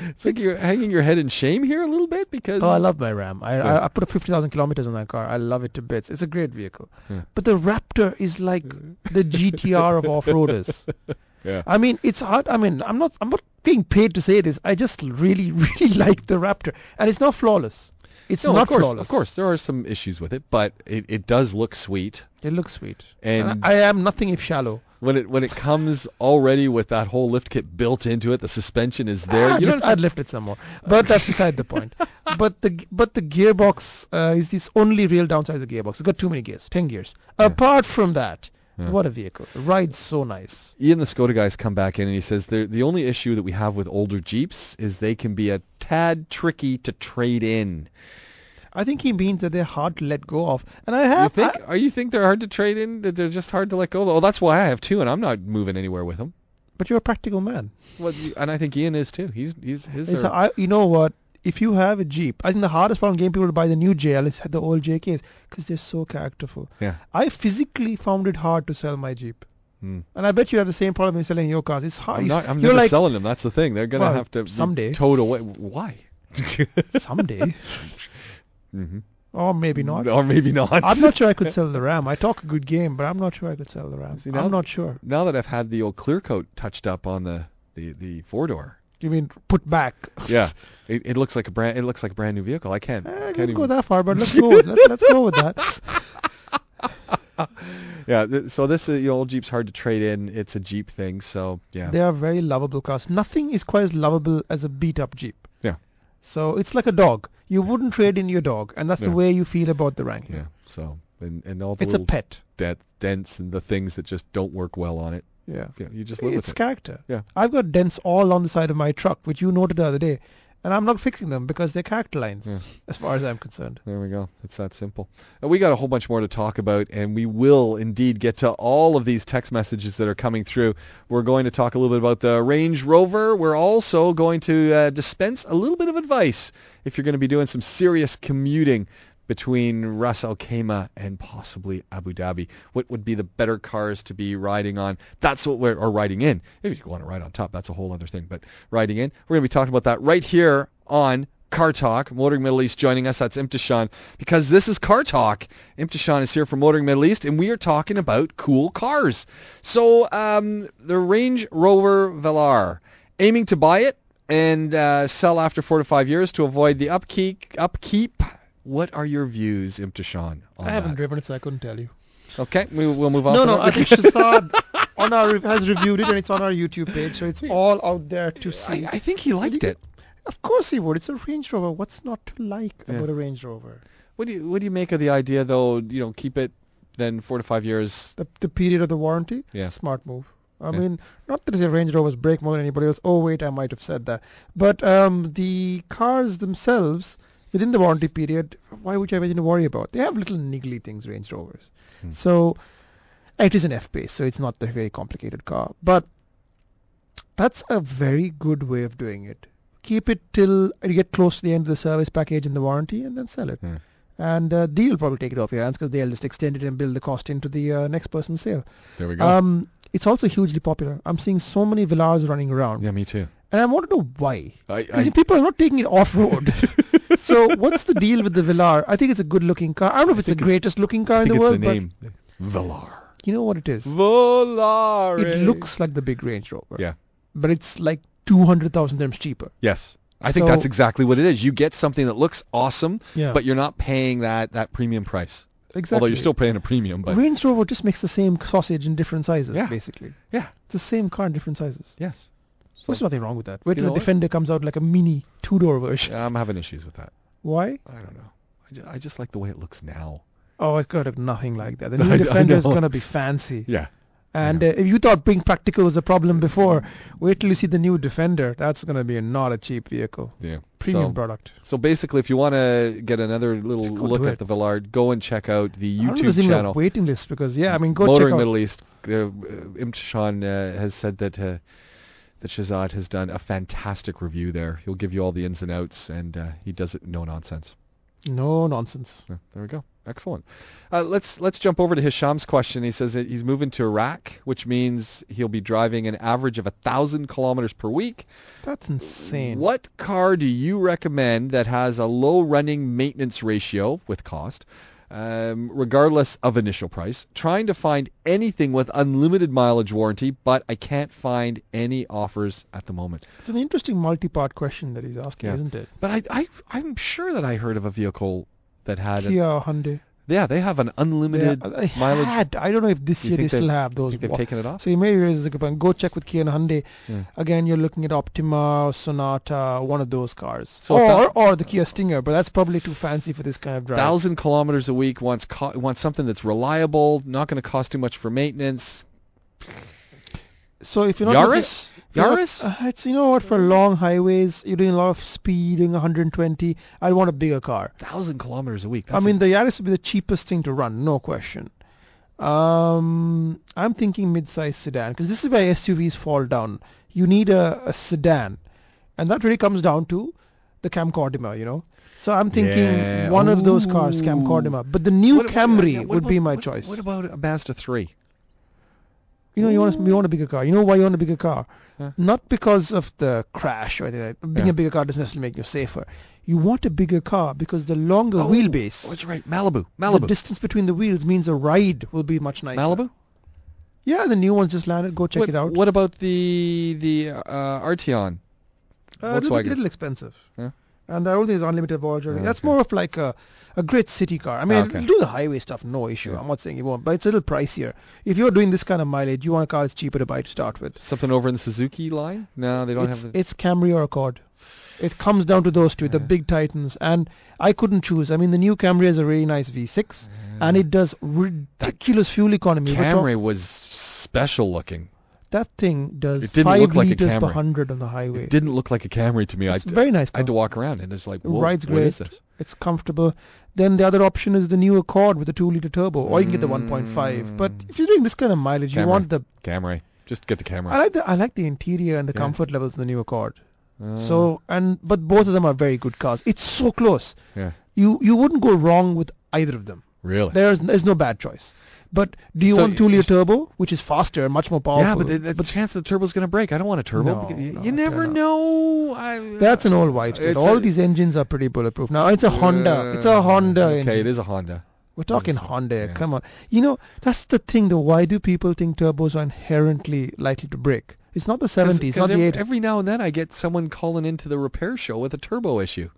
S1: It's like you're hanging your head in shame here a little bit because.
S2: oh, I love my Ram. I,
S1: Yeah.
S2: I, I put up 50,000 kilometers on that car. I love it to bits. It's a great vehicle.
S1: Yeah.
S2: But the Raptor is like the GTR of off-roaders.
S1: Yeah.
S2: I mean, it's hard. I mean, I'm not, I'm not getting paid to say this. I just really, really like the Raptor. And it's not flawless. It's
S1: No,
S2: not
S1: of course,
S2: flawless.
S1: of course, there are some issues with it, but it, it does look sweet.
S2: It looks sweet.
S1: And-
S2: And I am nothing if shallow.
S1: When it when it comes already with that whole lift kit built into it, the suspension is there.
S2: I'd,
S1: you
S2: lift,
S1: don't have
S2: I'd
S1: to-
S2: Ah, lift it some more, but that's beside the point. But the but the gearbox uh, is this only real downside of the gearbox. It's got too many gears, ten gears. Apart from that, what a vehicle! It rides so nice.
S1: Ian the Skoda guy's come back in and he says the the only issue that we have with older Jeeps is they can be a tad tricky to trade in.
S2: I I think he means that they're hard to let go of. And I
S1: You
S2: have
S1: think?
S2: I-
S1: are you think they're hard to trade in? That they're just hard to let go? of? Oh, that's why I have two, and I'm not moving anywhere with them.
S2: but you're a practical man.
S1: Well, you- and I think Ian is too. He's he's his.
S2: It's
S1: Are,
S2: a- I- you know what? If you have a Jeep, I think the hardest problem getting people to buy the new JL is the old JKs because they're so characterful.
S1: Yeah.
S2: I physically found it hard to sell my Jeep.
S1: Hmm.
S2: And I bet you have the same problem in selling your cars. It's hard.
S1: I'm not. I'm
S2: you're
S1: never
S2: like,
S1: selling them. That's the thing. They're gonna
S2: Well,
S1: have to be
S2: someday.
S1: towed away. Why?
S2: someday,
S1: hmm
S2: or maybe not.
S1: Or maybe not.
S2: I'm not sure I could sell the Ram. I talk a good game, but I'm not sure I could sell the Ram.
S1: See, now-
S2: I'm not sure.
S1: now that I've had the old clear coat touched up on the the, the four door.
S2: You mean put back?
S1: Yeah, it, it looks like a brand. It looks like a brand new vehicle. I can't.
S2: Eh,
S1: can't
S2: don't
S1: even-
S2: go that far, but let's go. With, let's, let's go with that.
S1: Yeah. Th- so this uh, you know, old Jeep's hard to trade in. It's a Jeep thing. So yeah.
S2: They are very lovable cars. Nothing is quite as lovable as a beat-up Jeep.
S1: Yeah.
S2: So it's like a dog. You wouldn't trade in your dog, and that's
S1: Yeah.
S2: the way you feel about the Wrangler.
S1: yeah. So and and all the
S2: It's a
S1: little
S2: pet.
S1: dent- dents and the things that just don't work well on it.
S2: Yeah.
S1: Yeah, you just live
S2: It's
S1: with it.
S2: character.
S1: Yeah.
S2: I've got dents all on the side of my truck, which you noted the other day, and I'm not fixing them because they're character lines,
S1: Yeah.
S2: as far as I'm concerned.
S1: There we go. It's that simple. And we got a whole bunch more to talk about, and we will indeed get to all of these text messages that are coming through. We're going to talk a little bit about the Range Rover. We're also going to uh, dispense a little bit of advice if you're going to be doing some serious commuting between Ras Al Khaimah and possibly Abu Dhabi. What would be the better cars to be riding on? That's what we're or riding in. If you want to ride on top, that's a whole other thing. But riding in, we're going to be talking about that right here on Car Talk. Motoring Middle East joining us. That's Imtishan because this is Car Talk. Imtishan is here from Motoring Middle East, and we are talking about cool cars. So um, the Range Rover Velar, aiming to buy it and uh, sell after four to five years to avoid the upkeep. Upkeep. What are your views, Imtishan? On
S2: I haven't
S1: that?
S2: driven it, so I couldn't tell you.
S1: Okay, we, we'll move on.
S2: no,
S1: from
S2: no,
S1: that.
S2: I think Shazad on our rev- has reviewed it, and it's on our YouTube page, so it's all out there to see.
S1: I, I think he liked it.
S2: Of course he would. It's a Range Rover. What's not to like
S1: Yeah.
S2: about a Range Rover?
S1: What do you What do you make of the idea, though? You know, keep it, then four to five years.
S2: The the period of the warranty.
S1: Yeah.
S2: Smart move. I
S1: Yeah.
S2: mean, not that the Range Rovers break more than anybody else. Oh wait, I might have said that. But um, the cars themselves, within the warranty period, why would you have anything to worry about? They have little niggly things, Range Rovers.
S1: Hmm.
S2: So it is an F pace, so it's not the very complicated car. But that's a very good way of doing it. Keep it till you get close to the end of the service package and the warranty, and then sell it.
S1: Hmm.
S2: And uh, they'll probably take it off your hands because they'll just extend it and build the cost into the uh, next person's sale.
S1: There we go.
S2: Um, it's also hugely popular. I'm seeing so many Velars running around,
S1: yeah, me too.
S2: and I want to know why.
S1: I,
S2: Because
S1: I,
S2: people are not taking it off road. so what's the deal with the Velar? I think it's a good looking car. I don't know if it's the
S1: think it's-
S2: greatest looking car
S1: I
S2: in
S1: think
S2: the
S1: it's
S2: world,
S1: the name. Velar.
S2: but you know what it is.
S1: Velar.
S2: It looks like the big Range Rover.
S1: Yeah.
S2: But it's like two hundred thousand times cheaper.
S1: Yes. I think
S2: So-
S1: that's exactly what it is. You get something that looks awesome,
S2: Yeah.
S1: but you're not paying that, that premium price.
S2: exactly.
S1: Although you're still paying a premium, but
S2: Range Rover just makes the same sausage in different sizes,
S1: Yeah.
S2: basically.
S1: yeah,
S2: It's the same car in different sizes.
S1: yes.
S2: There's nothing wrong with that. Wait
S1: You
S2: till
S1: know
S2: the
S1: what?
S2: Defender comes out like a mini two door version.
S1: I'm having issues with that.
S2: Why?
S1: I don't know. I just, I just like the way it looks now.
S2: Oh, it's got to be nothing like that. The
S1: I- I
S2: new Defender is
S1: know.
S2: going to be fancy.
S1: Yeah.
S2: And uh, if you thought being practical was a problem before, wait till you see the new Defender. That's going to be not a cheap vehicle.
S1: Yeah.
S2: Premium
S1: So-
S2: product.
S1: So basically, if you want to get another little
S2: Go
S1: look
S2: do
S1: at
S2: it.
S1: the Velar, go and check out the
S2: I don't know if there's
S1: YouTube
S2: even a
S1: channel.
S2: waiting list because yeah, I mean go
S1: Motoring
S2: check out.
S1: Middle East. Uh, Imtishan uh, has said that uh, that Shazad has done a fantastic review there. He'll give you all the ins and outs, and uh, he does it no nonsense.
S2: No nonsense.
S1: Yeah, there we go. Excellent. Uh, let's let's jump over to Hisham's question. He says that he's moving to Iraq, which means he'll be driving an average of a thousand kilometers per week.
S2: That's insane.
S1: What car do you recommend that has a low running maintenance ratio with cost, um, regardless of initial price? Trying to find anything with unlimited mileage warranty, but I can't find any offers at the moment.
S2: It's an interesting multi-part question that he's asking,
S1: Yeah.
S2: isn't it?
S1: But I, I I'm sure that I heard of a vehicle that had a,
S2: Kia or Hyundai.
S1: yeah they have an unlimited
S2: They- they
S1: mileage.
S2: Had. I don't know if this
S1: You
S2: year they
S1: think
S2: still
S1: they've-
S2: have
S1: I
S2: those.
S1: think they've
S2: wa-
S1: taken it off.
S2: So you may raise a good point. Go check with Kia and Hyundai.
S1: Yeah.
S2: Again, you're looking at Optima, Sonata, one of those cars,
S1: So a
S2: or
S1: thou-
S2: or the Kia Stinger, but that's probably too fancy for this kind of drive.
S1: thousand kilometers a week wants co- wants something that's reliable, not going to cost too much for maintenance.
S2: So if you're not looking-
S1: Yaris?
S2: if you're not-
S1: Yaris?
S2: uh, it's you know what for long highways you're doing a lot of speeding, 120. I want a bigger car.
S1: Thousand kilometers a week.
S2: I
S1: That's
S2: mean, the Yaris would be the cheapest thing to run, no question. Um, I'm thinking mid-size sedan because this is where SUVs fall down. You need a, a sedan, and that really comes down to the Camcorder, you know. So I'm thinking
S1: Yeah.
S2: one of those cars,
S1: Ooh.
S2: Camcorder. But the new
S1: What about-
S2: Camry
S1: yeah, what
S2: would be
S1: about-
S2: my
S1: what-
S2: choice.
S1: What about a Mazda 3?
S2: you know, you want a, you want a bigger car. You know why you want a bigger car?
S1: Huh.
S2: Not because of the crash or anything. like that. Being
S1: Yeah.
S2: a bigger car doesn't necessarily make you safer. You want a bigger car because the longer
S1: Oh,
S2: wheelbase.
S1: Oh, that's right. Malibu.
S2: The
S1: Malibu.
S2: distance between the wheels means a ride will be much nicer.
S1: Malibu?
S2: Yeah, the new one's just landed. Go check
S1: what,
S2: it out.
S1: What about the the uh, Arteon?
S2: Uh, a little, bit-
S1: Volkswagen?
S2: little expensive.
S1: Yeah.
S2: And I don't think it's unlimited voyage. or anything.
S1: Oh,
S2: That's
S1: okay.
S2: more of like a, a great city car. I mean,
S1: Ah, okay.
S2: you do the highway stuff, no issue.
S1: Yeah.
S2: I'm not saying you won't, but it's a little pricier. If you're doing this kind of mileage, you want a car that's cheaper to buy to start with.
S1: Something over in the Suzuki line? No, they don't
S2: It's,
S1: have the.
S2: it's Camry or Accord. It comes down to those two, the
S1: Yeah.
S2: big titans. And I couldn't choose. I mean, the new Camry has a really nice V6, and it does ridiculous fuel economy. We're talk-
S1: Camry was special looking.
S2: That thing does
S1: It didn't
S2: five
S1: look like a
S2: liters per
S1: Camry.
S2: hundred on the highway.
S1: It didn't look like a Camry to me.
S2: it's
S1: I,
S2: a very nice
S1: I
S2: car.
S1: had to walk around and it's like, whoa,
S2: Ride's
S1: what is
S2: great.
S1: this?
S2: It's comfortable. Then the other option is the new Accord with the two liter turbo, or you can get the 1.5. But
S1: Mm.
S2: if you're doing this kind of mileage,
S1: Camry.
S2: you want the.
S1: Camry. Just get the Camry.
S2: I like the I like the interior and the
S1: Yeah.
S2: comfort levels in the new Accord.
S1: Uh,
S2: So and but both of them are very good cars. It's so close.
S1: yeah,
S2: You you wouldn't go wrong with either of them.
S1: really.
S2: There's there's no bad choice. But do you
S1: So
S2: want two
S1: you-
S2: liter turbo, which is faster, and much more powerful?
S1: yeah, but the, the chance the turbo's going to break. I don't want a turbo.
S2: No,
S1: because you,
S2: no,
S1: you never
S2: turn
S1: know. I,
S2: That's an all white still.
S1: It's
S2: All
S1: a-
S2: these engines are pretty bulletproof. Now it's a Honda. It's a Honda
S1: Uh, Okay,
S2: engine.
S1: it is a Honda.
S2: We're talking
S1: it's a-
S2: Honda.
S1: yeah.
S2: Come on. You know that's the thing. Though, why do people think turbos are inherently likely to break? It's not the 70s, it's not the
S1: ev-
S2: 80s.
S1: Every now and then I get someone calling into the repair show with a turbo issue.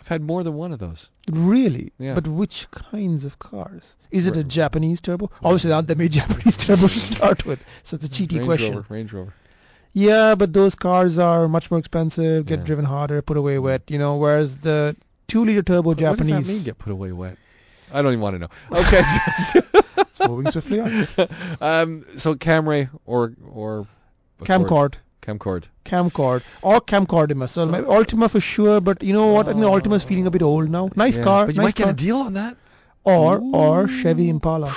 S1: I've had more than one of those.
S2: really?
S1: Yeah.
S2: But which kinds of cars? Is it a
S1: Right.
S2: Japanese turbo? Obviously, there aren't that many Japanese turbos to start with. So it's a cheaty
S1: Range
S2: E question.
S1: Rover, Range Rover.
S2: Yeah, but those cars are much more expensive, get
S1: Yeah.
S2: driven harder, put away wet. You know, whereas the two-liter turbo
S1: What-
S2: Japanese.
S1: What does that mean? Get put away wet? I don't even want to know. Okay, so,
S2: It's moving swiftly on.
S1: um, so Camry or or
S2: Camcord.
S1: Camcord.
S2: Camcord or Camcordimus. So, my Ultima for sure, but you know what? I think the Ultima is feeling a bit old now. Nice
S1: Yeah,
S2: car,
S1: but you
S2: nice
S1: might get
S2: car.
S1: a deal on that.
S2: or or Chevy Impala.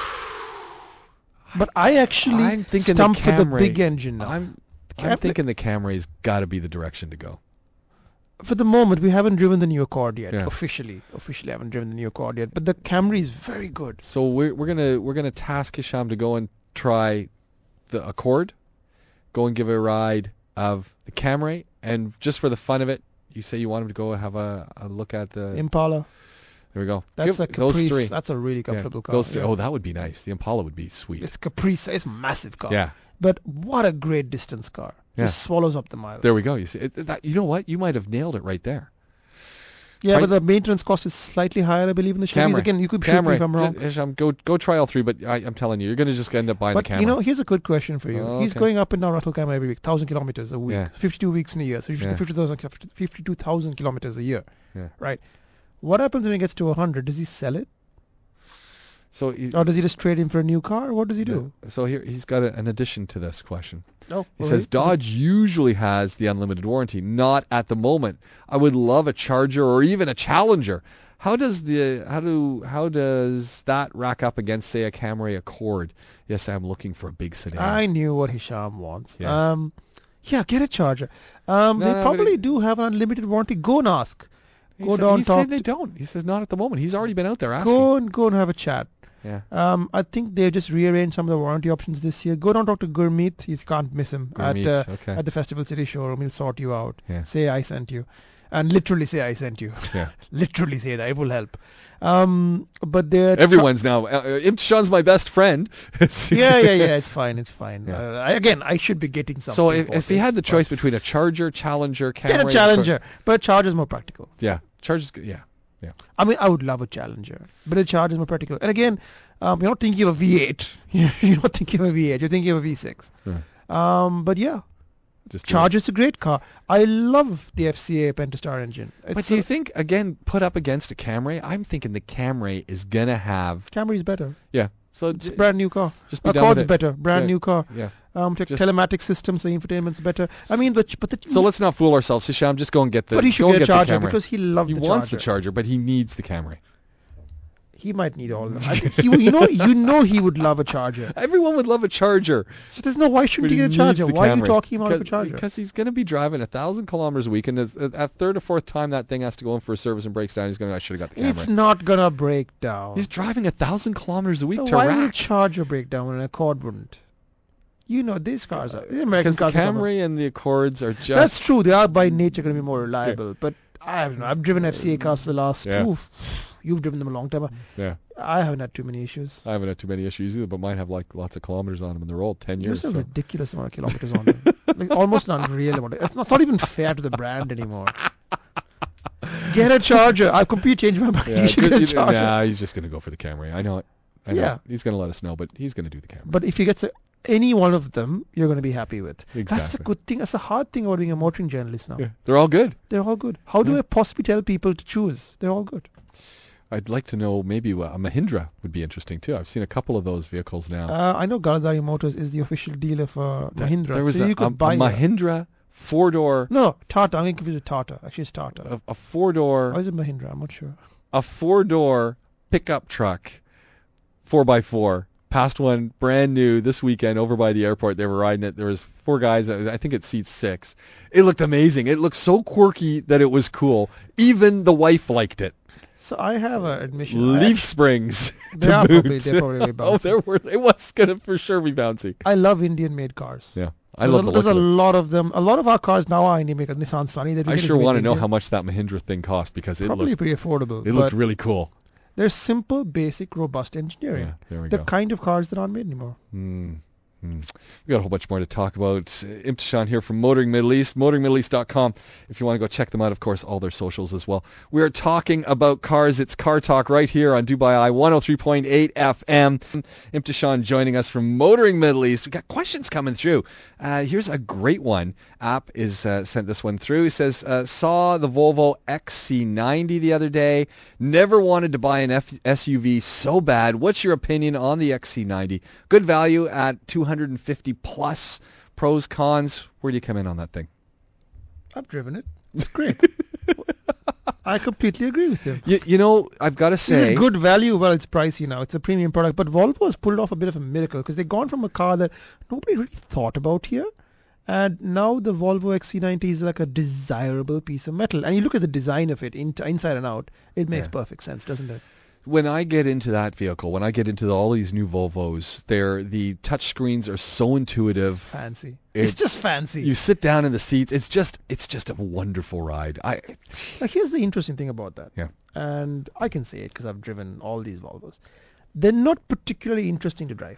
S2: But I actually
S1: I'm thinking the
S2: stump for the
S1: Camry.
S2: big engine now.
S1: I'm, I'm
S2: Camry-
S1: thinking the Camry's got to be the direction to go.
S2: for the moment, we haven't driven the new Accord yet.
S1: Yeah.
S2: Officially, officially, haven't driven the new Accord yet. But the Camry is very good.
S1: So we're we're gonna we're gonna task Hisham to go and try the Accord, go and give a ride of the Camry, and just for the fun of it, you say you want him to go have a, a look at the.
S2: Impala.
S1: there we go.
S2: That's
S1: Give-
S2: a
S1: those
S2: Caprice.
S1: three.
S2: That's a really
S1: Yeah,
S2: comfortable car.
S1: those three.
S2: yeah.
S1: Oh, that would be nice. The Impala would be sweet.
S2: it's Caprice. It's a massive car.
S1: yeah.
S2: But what a great distance car.
S1: Yeah.
S2: It swallows up the miles.
S1: There we go. You see, it, that, you know what? You might have nailed it right there.
S2: Yeah,
S1: Right.
S2: but the maintenance cost is slightly higher, I believe, in the Chevys.
S1: Camry.
S2: Again, you could shoot me
S1: Camry,
S2: if I'm wrong.
S1: J- Hisham, go go try all three. But I, I'm telling you, you're gonna just end up buying
S2: But
S1: the Camry.
S2: you know, here's a good question for you.
S1: Oh,
S2: He's
S1: okay.
S2: going up and down Russell Camry every week, thousand kilometers a week,
S1: Yeah.
S2: 52 weeks in a year, so
S1: Yeah.
S2: 52,000 ki- 52,000 kilometers a year.
S1: Yeah.
S2: Right. What happens when he gets to 100? Does he sell it,
S1: so he,
S2: or does he just trade in for a new car? What does he do?
S1: so here he's got a, an addition to this question.
S2: No.
S1: He says Dodge usually has the unlimited warranty, not at the moment. I would love a Charger or even a Challenger. How does the how do how does that rack up against say a Camry Accord? Yes, I'm looking for a big sedan.
S2: I knew what Hisham wants.
S1: Yeah.
S2: Um, yeah, get a charger. Um,
S1: No,
S2: they
S1: no, but
S2: probably
S1: it-
S2: do have an unlimited warranty. Go and ask.
S1: he
S2: go
S1: said,
S2: down,
S1: he said
S2: talk
S1: they
S2: to-
S1: don't. He says not at the moment. He's already been out there asking.
S2: Go and go and have a chat.
S1: Yeah.
S2: Um, I think they just rearranged some of the warranty options this year. Go down talk to Gurmeet. He can't miss him
S1: Gurmeet,
S2: at uh,
S1: okay.
S2: at the Festival City showroom. He'll sort you out.
S1: Yeah.
S2: Say I sent you, and literally say I sent you.
S1: Yeah.
S2: literally say that. It will help. Um, but they're
S1: Everyone's now. Uh, uh, Sean's my best friend. It's-
S2: yeah, yeah, yeah. It's fine. It's fine.
S1: Yeah.
S2: Uh, I, again, I should be getting something.
S1: So if,
S2: for
S1: if he
S2: this,
S1: had the
S2: but-
S1: choice between a Charger, Challenger, Camry,
S2: get a
S1: Accord-
S2: Challenger, but a Charger's more practical.
S1: yeah, Charger's good, yeah.
S2: I mean, I would love a Challenger, but a Charger is more practical. And again, um, you're not thinking of a V8. you're not thinking of a V8. You're thinking of a V6.
S1: Yeah.
S2: Um, but yeah,
S1: Just do it.
S2: Charger's a great car. I love the FCA Pentastar engine.
S1: But
S2: It's
S1: do you
S2: a-
S1: think again put up against a Camry? I'm thinking the Camry is gonna have
S2: Camry's better?
S1: yeah. So
S2: It's a
S1: j-
S2: brand new car.
S1: just be done with
S2: Accord's
S1: it.
S2: better, brand
S1: Yeah.
S2: new car.
S1: Yeah.
S2: Um, check
S1: Just-
S2: telematic systems, the infotainment's better. I mean, but but the,
S1: So let's not fool ourselves, Hisham. Just go and get the.
S2: but he should
S1: go
S2: get a
S1: get the
S2: charger
S1: camera.
S2: because he loved
S1: he
S2: the
S1: wants
S2: charger.
S1: the charger, but he needs the camera.
S2: he might need all that. I think he, would- you know, you know, he would love a charger.
S1: Everyone would love a charger.
S2: So there's no why shouldn't
S1: but
S2: he get a
S1: needs
S2: charger?
S1: the
S2: Why are you
S1: camera.
S2: talking about a
S1: Because-
S2: charger?
S1: Because he's going to be driving a thousand kilometers a week, and there's- a a third or fourth time that thing has to go in for a service and breaks down, he's going. to I should have got the camera.
S2: It's not gonna break down.
S1: He's driving a thousand kilometers a week
S2: so
S1: to
S2: why would a
S1: Iraq.
S2: charger break down when an Accord wouldn't? You know, these cars are these American
S1: Because the
S2: cars. are coming-
S1: Camry and the Accords are just
S2: That's true. They are
S1: Mm.
S2: by nature going to be more reliable. But I haven't. I've driven FCA cars for the last.
S1: Uh, Yeah.
S2: oof, you've driven them a long time.
S1: yeah. Uh,
S2: I haven't had too many issues.
S1: I haven't had too many issues either, but mine have like lots of kilometers on them, and they're old, ten
S2: You
S1: years.
S2: must have
S1: so.
S2: a ridiculous amount of kilometers on them. like almost an unreal amount. It's not, it's not even fair to the brand anymore. Get a charger. I've completely changed my mind.
S1: Yeah,
S2: you should
S1: ju-
S2: get a
S1: you-
S2: charger.
S1: nah, he's just gonna go for the Camry. I know it. I know
S2: Yeah.
S1: it. he's gonna let us know, but he's gonna do the Camry.
S2: But if you get s- any one of them, you're going to be happy with. That's the
S1: Exactly.
S2: good thing. That's the hard thing about being a motoring journalist now.
S1: Yeah, they're all good.
S2: They're all good. How do
S1: Yeah.
S2: I possibly tell people to choose? They're all good.
S1: I'd like to know maybe uh, a Mahindra would be interesting too. I've seen a couple of those vehicles now.
S2: Uh, I know Galadari Motors is the official dealer for
S1: There-
S2: Mahindra.
S1: There was
S2: so
S1: a,
S2: you could
S1: a- a
S2: buy a-
S1: Mahindra four door,
S2: No, no, Tata. I'm going to confuse with Tata. Actually, it's Tata.
S1: a, a four
S2: or
S1: door,
S2: is it Mahindra? I'm not sure.
S1: a four door pickup truck, four by four. Passed one brand new this weekend over by the airport. They were riding it. There was four guys. I I think it seats six. It looked amazing. It looked so quirky that it was cool. Even the wife liked it.
S2: So I have an admission. I
S1: Leaf Springs.
S2: actually-
S1: to
S2: they are probably,
S1: boot.
S2: they're probably very
S1: oh,
S2: bouncy.
S1: there were. It was gonna for sure be bouncy.
S2: I love Indian-made cars.
S1: Yeah, I
S2: there's
S1: love
S2: a,
S1: the
S2: There's
S1: look
S2: a
S1: of it.
S2: lot of them. A lot of our cars now are Indian-made. cars. Nissan Sunny. That we
S1: I
S2: get is
S1: sure
S2: made
S1: want to
S2: in
S1: know
S2: India.
S1: how much that Mahindra thing cost because it
S2: Probably
S1: looked
S2: pretty affordable.
S1: it
S2: but
S1: looked really cool.
S2: they're simple, basic, robust engineering.
S1: Yeah, there we
S2: the
S1: go.
S2: kind of cars that aren't made anymore.
S1: Mm. Mm. We got a whole bunch more to talk about. Imtishan here from Motoring Middle East, motoringmiddleeast.com. If you want to go check them out, of course, all their socials as well. We are talking about cars. It's Car Talk right here on Dubai oh I 103.8 FM. Imtishan joining us from Motoring Middle East. We got questions coming through. Uh, here's a great one. App is uh, sent this one through. He says, uh, saw the Volvo XC90 the other day. Never wanted to buy an F- SUV so bad. What's your opinion on the XC90? Good value at 250 plus. Pros, cons. Where do you come in on that thing?
S2: I've driven it. It's great. I completely agree with him.
S1: You, you know, I've got to
S2: This
S1: say,
S2: is good value. Well, it's pricey now. It's a premium product. But Volvo has pulled off a bit of a miracle because they've gone from a car that nobody really thought about here. And now the Volvo XC90 is like a desirable piece of metal. And you look at the design of it in, inside and out, it makes
S1: Yeah.
S2: perfect sense, doesn't it?
S1: when I get into that vehicle, when I get into all these new Volvos, they're the touch screens are so intuitive.
S2: Fancy.
S1: It-
S2: it's just fancy.
S1: You sit down in the seats. It's just, it's just a wonderful ride. I,
S2: Now, here's the interesting thing about that.
S1: Yeah.
S2: And I can say it because I've driven all these Volvos. They're not particularly interesting to drive.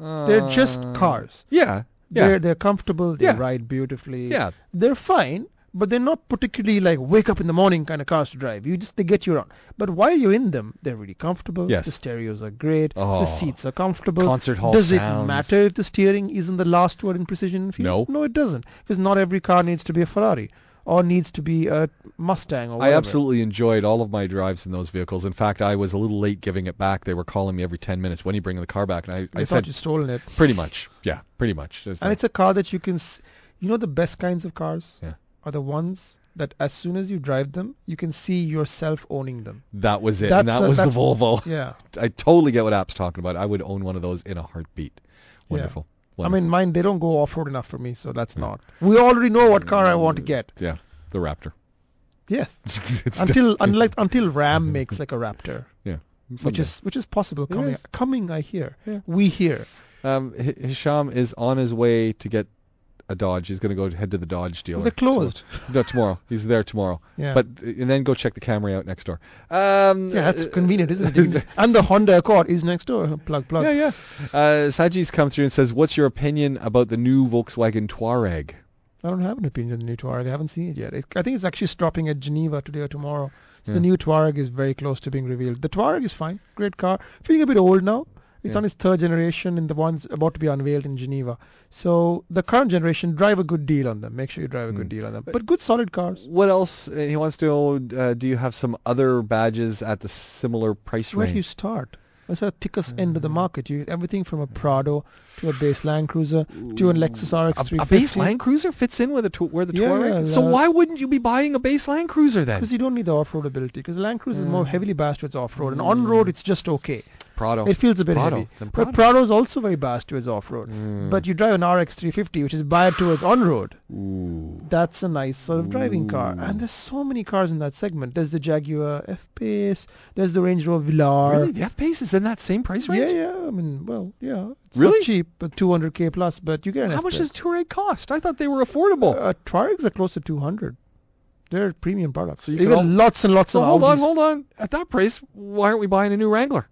S2: They're just
S1: Uh,
S2: cars.
S1: Yeah, yeah,
S2: They're they're comfortable. They
S1: Yeah.
S2: ride beautifully.
S1: yeah.
S2: They're fine, but they're not particularly like wake up in the morning kind of cars to drive. You just they get you around. But while you're in them, they're really comfortable.
S1: Yes.
S2: The stereos are great.
S1: Oh.
S2: The seats are comfortable.
S1: Concert hall
S2: Does it
S1: sounds.
S2: matter if the steering isn't the last word in precision and feel?
S1: No.
S2: No, it doesn't, because not every car needs to be a Ferrari or needs to be a Mustang or
S1: I
S2: whatever.
S1: absolutely enjoyed all of my drives in those vehicles. In fact, I was a little late giving it back. They were calling me every 10 minutes, when are you bringing the car back? And I,
S2: I,
S1: I
S2: thought
S1: said,
S2: you'd stolen it.
S1: pretty much. Yeah, pretty much. It's
S2: And
S1: like-
S2: it's a car that you can, s- you know, the best kinds of cars
S1: Yeah.
S2: are the ones that as soon as you drive them, you can see yourself owning them.
S1: that was it.
S2: that's
S1: And that
S2: a-
S1: was the
S2: that's-
S1: Volvo.
S2: Yeah.
S1: I totally get what App's talking about. I would own one of those in a heartbeat. Wonderful.
S2: I
S1: Wonderful.
S2: mean, mine, they don't go off road enough for me, so that's not. We already know what car I want
S1: Mm.
S2: to get.
S1: yeah, the Raptor.
S2: Yes.
S1: It's
S2: Until unlike until Ram makes like a Raptor,
S1: def-
S2: which is which is possible
S1: It
S2: coming
S1: is.
S2: coming I hear.
S1: Yeah.
S2: We hear.
S1: Um, Hi- Hisham is on his way to get a Dodge. He's going to go head to the Dodge dealer.
S2: They're closed.
S1: No, tomorrow. He's there tomorrow.
S2: Yeah.
S1: But and then go check the Camry out next door. Um,
S2: yeah, that's
S1: uh,
S2: convenient, isn't it? You can just- and the Honda Accord is next door. Plug plug.
S1: Yeah, yeah. Uh, Saji's come through and says, "What's your opinion about the new Volkswagen Touareg?"
S2: I don't have an opinion on the new Touareg. I haven't seen it yet. It, I think it's actually stopping at Geneva today or tomorrow. So
S1: Yeah.
S2: the new Touareg is very close to being revealed. The Touareg is fine, great car. Feeling a bit old now. It's
S1: Yeah.
S2: on its third generation, and the one's about to be unveiled in Geneva. So the current generation drive a good deal on them. Make sure you drive a good
S1: Mm.
S2: deal on them. But good solid cars.
S1: What else? uh, He wants to know: uh, Do you have some other badges at the similar price
S2: Where do you
S1: range?
S2: start? That's the thickest end of the
S1: Hmm.
S2: market. You everything from a Prado to a base Land Cruiser to a Lexus
S1: A,
S2: RX350.
S1: a base Land Cruiser fits in with a tw- where the
S2: Yeah,
S1: Touareg.
S2: yeah,
S1: so
S2: uh,
S1: why wouldn't you be buying a base Land Cruiser then?
S2: Because you don't need the off-road ability. Because the Land Cruiser is
S1: Hmm.
S2: more heavily biased towards off-road, and on-road it's just okay.
S1: Prado.
S2: It feels a bit
S1: Oh, Prado.
S2: heavy.
S1: Then
S2: But Prado is also very biased towards off-road.
S1: Mm.
S2: But you drive an RX350, which is biased towards on-road. That's a nice sort of driving car. And there's so many cars in that segment. There's the Jaguar F-Pace. There's the Range Rover Velar.
S1: Really, the F Pace is in that same price range.
S2: Yeah, yeah. I mean, well, yeah. It's
S1: Really?
S2: not cheap, but 200k plus. But you get an
S1: How much
S2: F-Pace.
S1: does Touareg cost? I thought they were affordable.
S2: uh, Touaregs are close to 200. They're premium products.
S1: So you
S2: Even
S1: could al-
S2: lots and lots
S1: so
S2: of
S1: hold on,
S2: Audis.
S1: hold on. At that price, why aren't we buying a new Wrangler?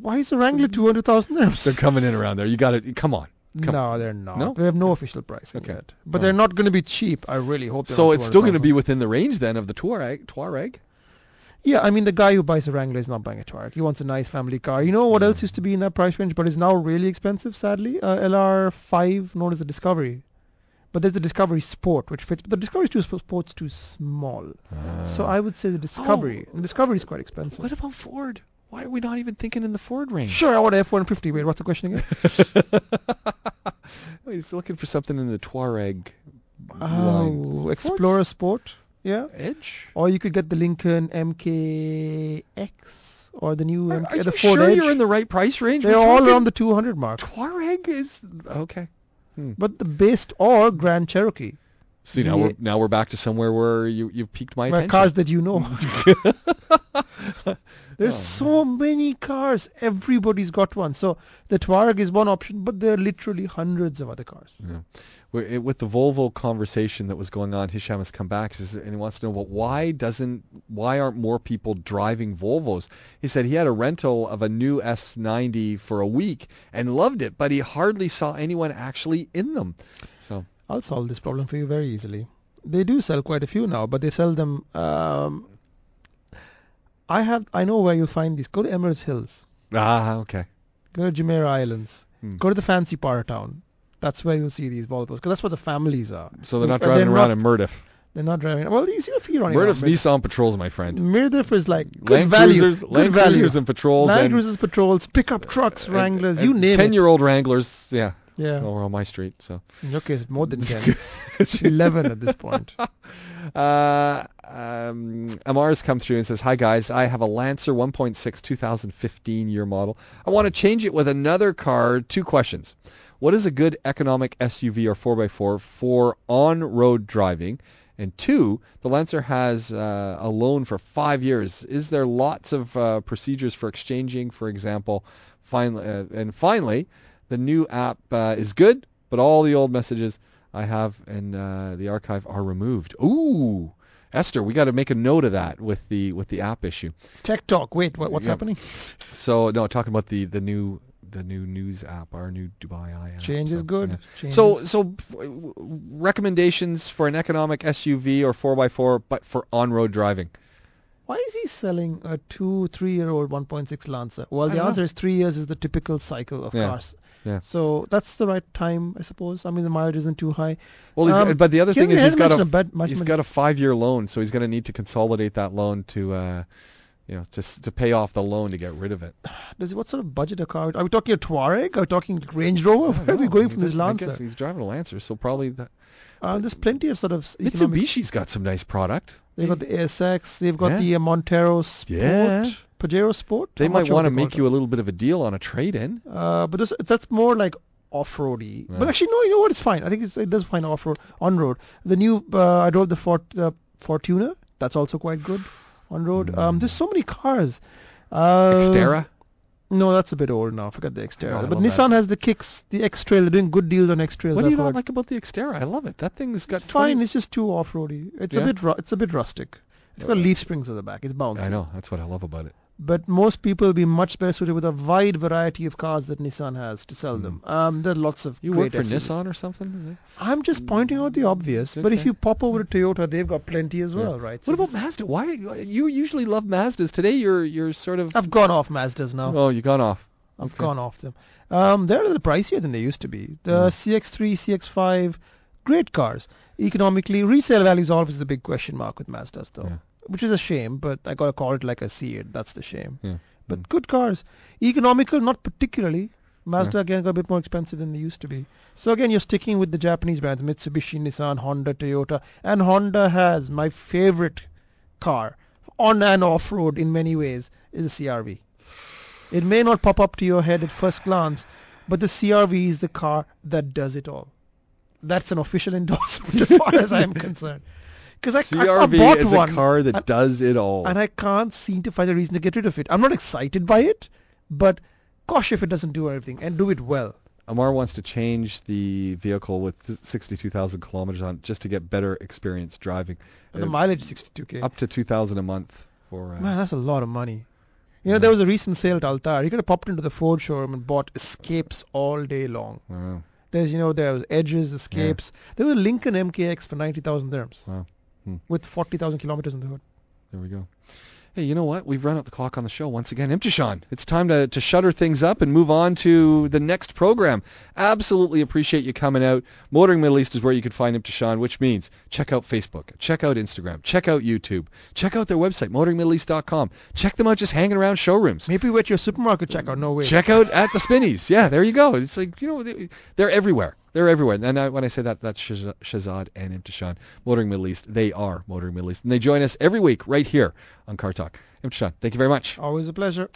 S2: Why is the Wrangler 200,000
S1: They're
S2: dirhams?
S1: coming in around there. You got to come on. come-
S2: No, they're not.
S1: No?
S2: We have no official price okay.
S1: Okay.
S2: yet. But they're not going to be cheap. I really hope. they're
S1: So
S2: not
S1: it's still going to
S2: 200,000.
S1: be within the range then of the Touareg. Touareg.
S2: Yeah, I mean, the guy who buys a Wrangler is not buying a Touareg. He wants a nice family car. You know what else used to be in that price range, but is now really expensive, sadly? Uh, LR5, known as the Discovery. But there's a Discovery Sport, which fits. But the Discovery too, Sport's too small.
S1: Uh.
S2: so I would say the
S1: Oh.
S2: Discovery. The Discovery is quite expensive.
S1: What about Ford? Why are we not even thinking in the Ford range?
S2: Sure, I want an F-150. Wait, what's the question again?
S1: He's looking for something in the Touareg
S2: oh, Explorer Sport. Yeah.
S1: Edge.
S2: Or you could get the Lincoln MKX or the new
S1: Are,
S2: MK,
S1: are you
S2: the Ford
S1: sure
S2: Edge.
S1: you're in the right price range?
S2: They're
S1: We're
S2: all
S1: talking-
S2: around the 200 mark.
S1: Touareg is okay.
S2: But the based or Grand Cherokee.
S1: See now
S2: Yeah.
S1: we're now we're back to somewhere where you you've piqued my
S2: My
S1: attention.
S2: cars that you know. There's
S1: Oh,
S2: so many cars. Everybody's got one. So the Touareg is one option, but there are literally hundreds of other cars.
S1: Wi- it- with the Volvo conversation that was going on, Hisham has come back says- and he wants to know, well, why doesn't, why aren't more people driving Volvos? He said he had a rental of a new S90 for a week and loved it, but he hardly saw anyone actually in them. So
S2: I'll solve this problem for you very easily. They do sell quite a few now, but they sell them. Um, I have. I know where you'll find these. Go to Emerald Hills.
S1: ah, okay,
S2: Go to Jumeirah Islands.
S1: Hmm.
S2: Go to the fancy part of town. That's where you'll see these Volvos, because that's where the families are.
S1: so they're not
S2: Are they
S1: driving around
S2: not-
S1: in Murdiff.
S2: They're not driving. Well, you see the feet on
S1: Murdiff's Nissan patrols, my friend.
S2: Mirdif is like good
S1: Land
S2: value,
S1: cruisers,
S2: good
S1: Land
S2: value.
S1: cruisers and patrols,
S2: Land
S1: and- Uh,
S2: cruisers, patrols, pickup trucks, Wranglers, you name it.
S1: Ten-year-old Oh. Wranglers, yeah,
S2: Yeah,
S1: over on my street. So
S2: in your case, it's more than ten. it's eleven at this point.
S1: Uh, um, Amar's come through and says, "Hi guys, I have a Lancer 1.6 2015 year model. I want to change it with another car. Two questions: What is a good economic SUV or 4x4 for on-road driving? And two, the Lancer has uh, a loan for five years. Is there lots of uh, procedures for exchanging? For example, finally, uh, and finally, the new app uh, is good, but all the old messages." I have in uh, the archive are removed. Ooh, Esther, we got to make a note of that with the with the app issue.
S2: It's tech talk. Wait, what, what's
S1: Yeah.
S2: happening?
S1: So no, talking about the the new the new news app, our new Dubai Eye app.
S2: Change
S1: so,
S2: is good.
S1: yeah.
S2: Change
S1: So
S2: is-
S1: so f- w- recommendations for an economic SUV or four x four, but for on road driving.
S2: why is he selling a two, three-year-old 1.6 Lancer? Well,
S1: I
S2: the
S1: don't
S2: answer
S1: know.
S2: is three years is the typical cycle of
S1: Yeah.
S2: cars.
S1: Yeah.
S2: So that's the right time, I suppose. I mean, the mileage isn't too high.
S1: Well, he's,
S2: Um,
S1: but the other
S2: he
S1: thing is
S2: hasn't-
S1: he's got
S2: hasn't mentioned
S1: a
S2: about much
S1: he's
S2: money.
S1: got a five year loan, so he's going to need to consolidate that loan to. Uh, you know, just to pay off the loan to get rid of it.
S2: Does what sort of budget a car? Are we talking a Touareg? Are we talking Range Rover? Where are we
S1: No,
S2: going
S1: Oh, he
S2: from this
S1: doesn't- I guess
S2: Lancer?
S1: He's driving a Lancer, so probably that,
S2: Uh, there's plenty of sort of s- economic
S1: Mitsubishi's got some nice product.
S2: They've got the ASX. They've got
S1: Yeah.
S2: the uh, Montero Sport,
S1: Yeah.
S2: Pajero Sport.
S1: They
S2: How
S1: might
S2: much are
S1: want to
S2: they
S1: make
S2: called?
S1: you a little bit of a deal on a trade-in.
S2: Uh, but this, that's more like off-roady.
S1: Yeah.
S2: But actually, no. You know what? It's fine. I think it's, it does fine off-road, on-road. The new uh, I drove the Fort, uh, Fortuna. That's also quite good on-road. Um, there's so many cars. Uh,
S1: Hmm. Xterra.
S2: No, that's a bit old now. I forgot the
S1: Oh,
S2: Xterra.
S1: I
S2: but
S1: love that.
S2: Nissan has the Kicks, the X Trail. They're doing good deals on X Trails.
S1: What do
S2: I've
S1: you not
S2: heard.
S1: like about the Xterra? I love it. That thing's got
S2: It's fine.
S1: 20
S2: It's just too off-roady. It's
S1: Yeah. Uh,
S2: a bit. Ru- it's a bit rustic. It's got leaf springs at the back. It's bouncy.
S1: I know. That's what I love about it.
S2: but most people will be much better suited with a wide variety of cars that Nissan has to sell them. Um, there are lots of
S1: Hmm. You
S2: great
S1: work for
S2: SUVs.
S1: Nissan or something?
S2: I'm just pointing out the obvious, but if
S1: okay.
S2: you pop over to Toyota, they've got plenty as well, right? So
S1: What about
S2: this-
S1: Mazda? Why you usually love Mazdas? Today you're you're sort of
S2: I've gone off Mazdas now.
S1: oh you got off.
S2: I've
S1: okay.
S2: gone off them. Um, they're a little pricier than they used to be.
S1: Mm.
S2: The CX3, CX5, great cars. Economically, resale value is always the big question mark with Mazdas, though,
S1: Yeah.
S2: which is a shame. But I gotta call it like I see it. That's the shame.
S1: Yeah. Mm.
S2: but good cars. Economical, not particularly. Mazda again got a bit more expensive than they used to be. So again, you're sticking with the Japanese brands: Mitsubishi, Nissan, Honda, Toyota, and Honda has my favorite car on and off road in many ways is the CRV. It may not pop up to your head at first glance, but the CRV is the car that does it all. That's an official endorsement as far as I'm concerned. Because I, I- I, bought
S1: CRV is
S2: one
S1: a car that
S2: and-
S1: does it all.
S2: and I can't seem to find a reason to get rid of it. I'm not excited by it, but gosh, if it doesn't do everything and do it well.
S1: Amar wants to change the vehicle with th- 62,000 kilometers on it just to get better experience driving.
S2: And the
S1: Uh,
S2: mileage is 62k.
S1: Up to 2,000 a month for. Uh,
S2: Man, that's a lot of money. You know, there was a recent sale at Altar. You could have popped into the Ford showroom and bought escapes all day long.
S1: wow.
S2: There's, you know, there was Edges, escapes. There was a Lincoln MKX for 90,000 dirhams
S1: Wow. Hmm.
S2: with 40,000 kilometers in the hood.
S1: There we go. Hey, you know what? We've run out the clock on the show once again. Imtishan, it's time to, to shutter things up and move on to the next program. Absolutely appreciate you coming out. Motoring Middle East is where you can find Imtishan, which means check out Facebook, check out Instagram, check out YouTube, check out their website, motoringmiddleeast.com. Check them out just hanging around showrooms.
S2: Maybe we're at your supermarket checkout. No way.
S1: Check out at the Spinnies. Yeah, there you go. It's like, you know, they- they're everywhere. They're everywhere. And I, when I say that, that's Shaz- Shazad and Imtishan. Motoring Middle East, they are Motoring Middle East. And they join us every week right here on Car Talk. Imtishan, thank you very much.
S2: Always a pleasure.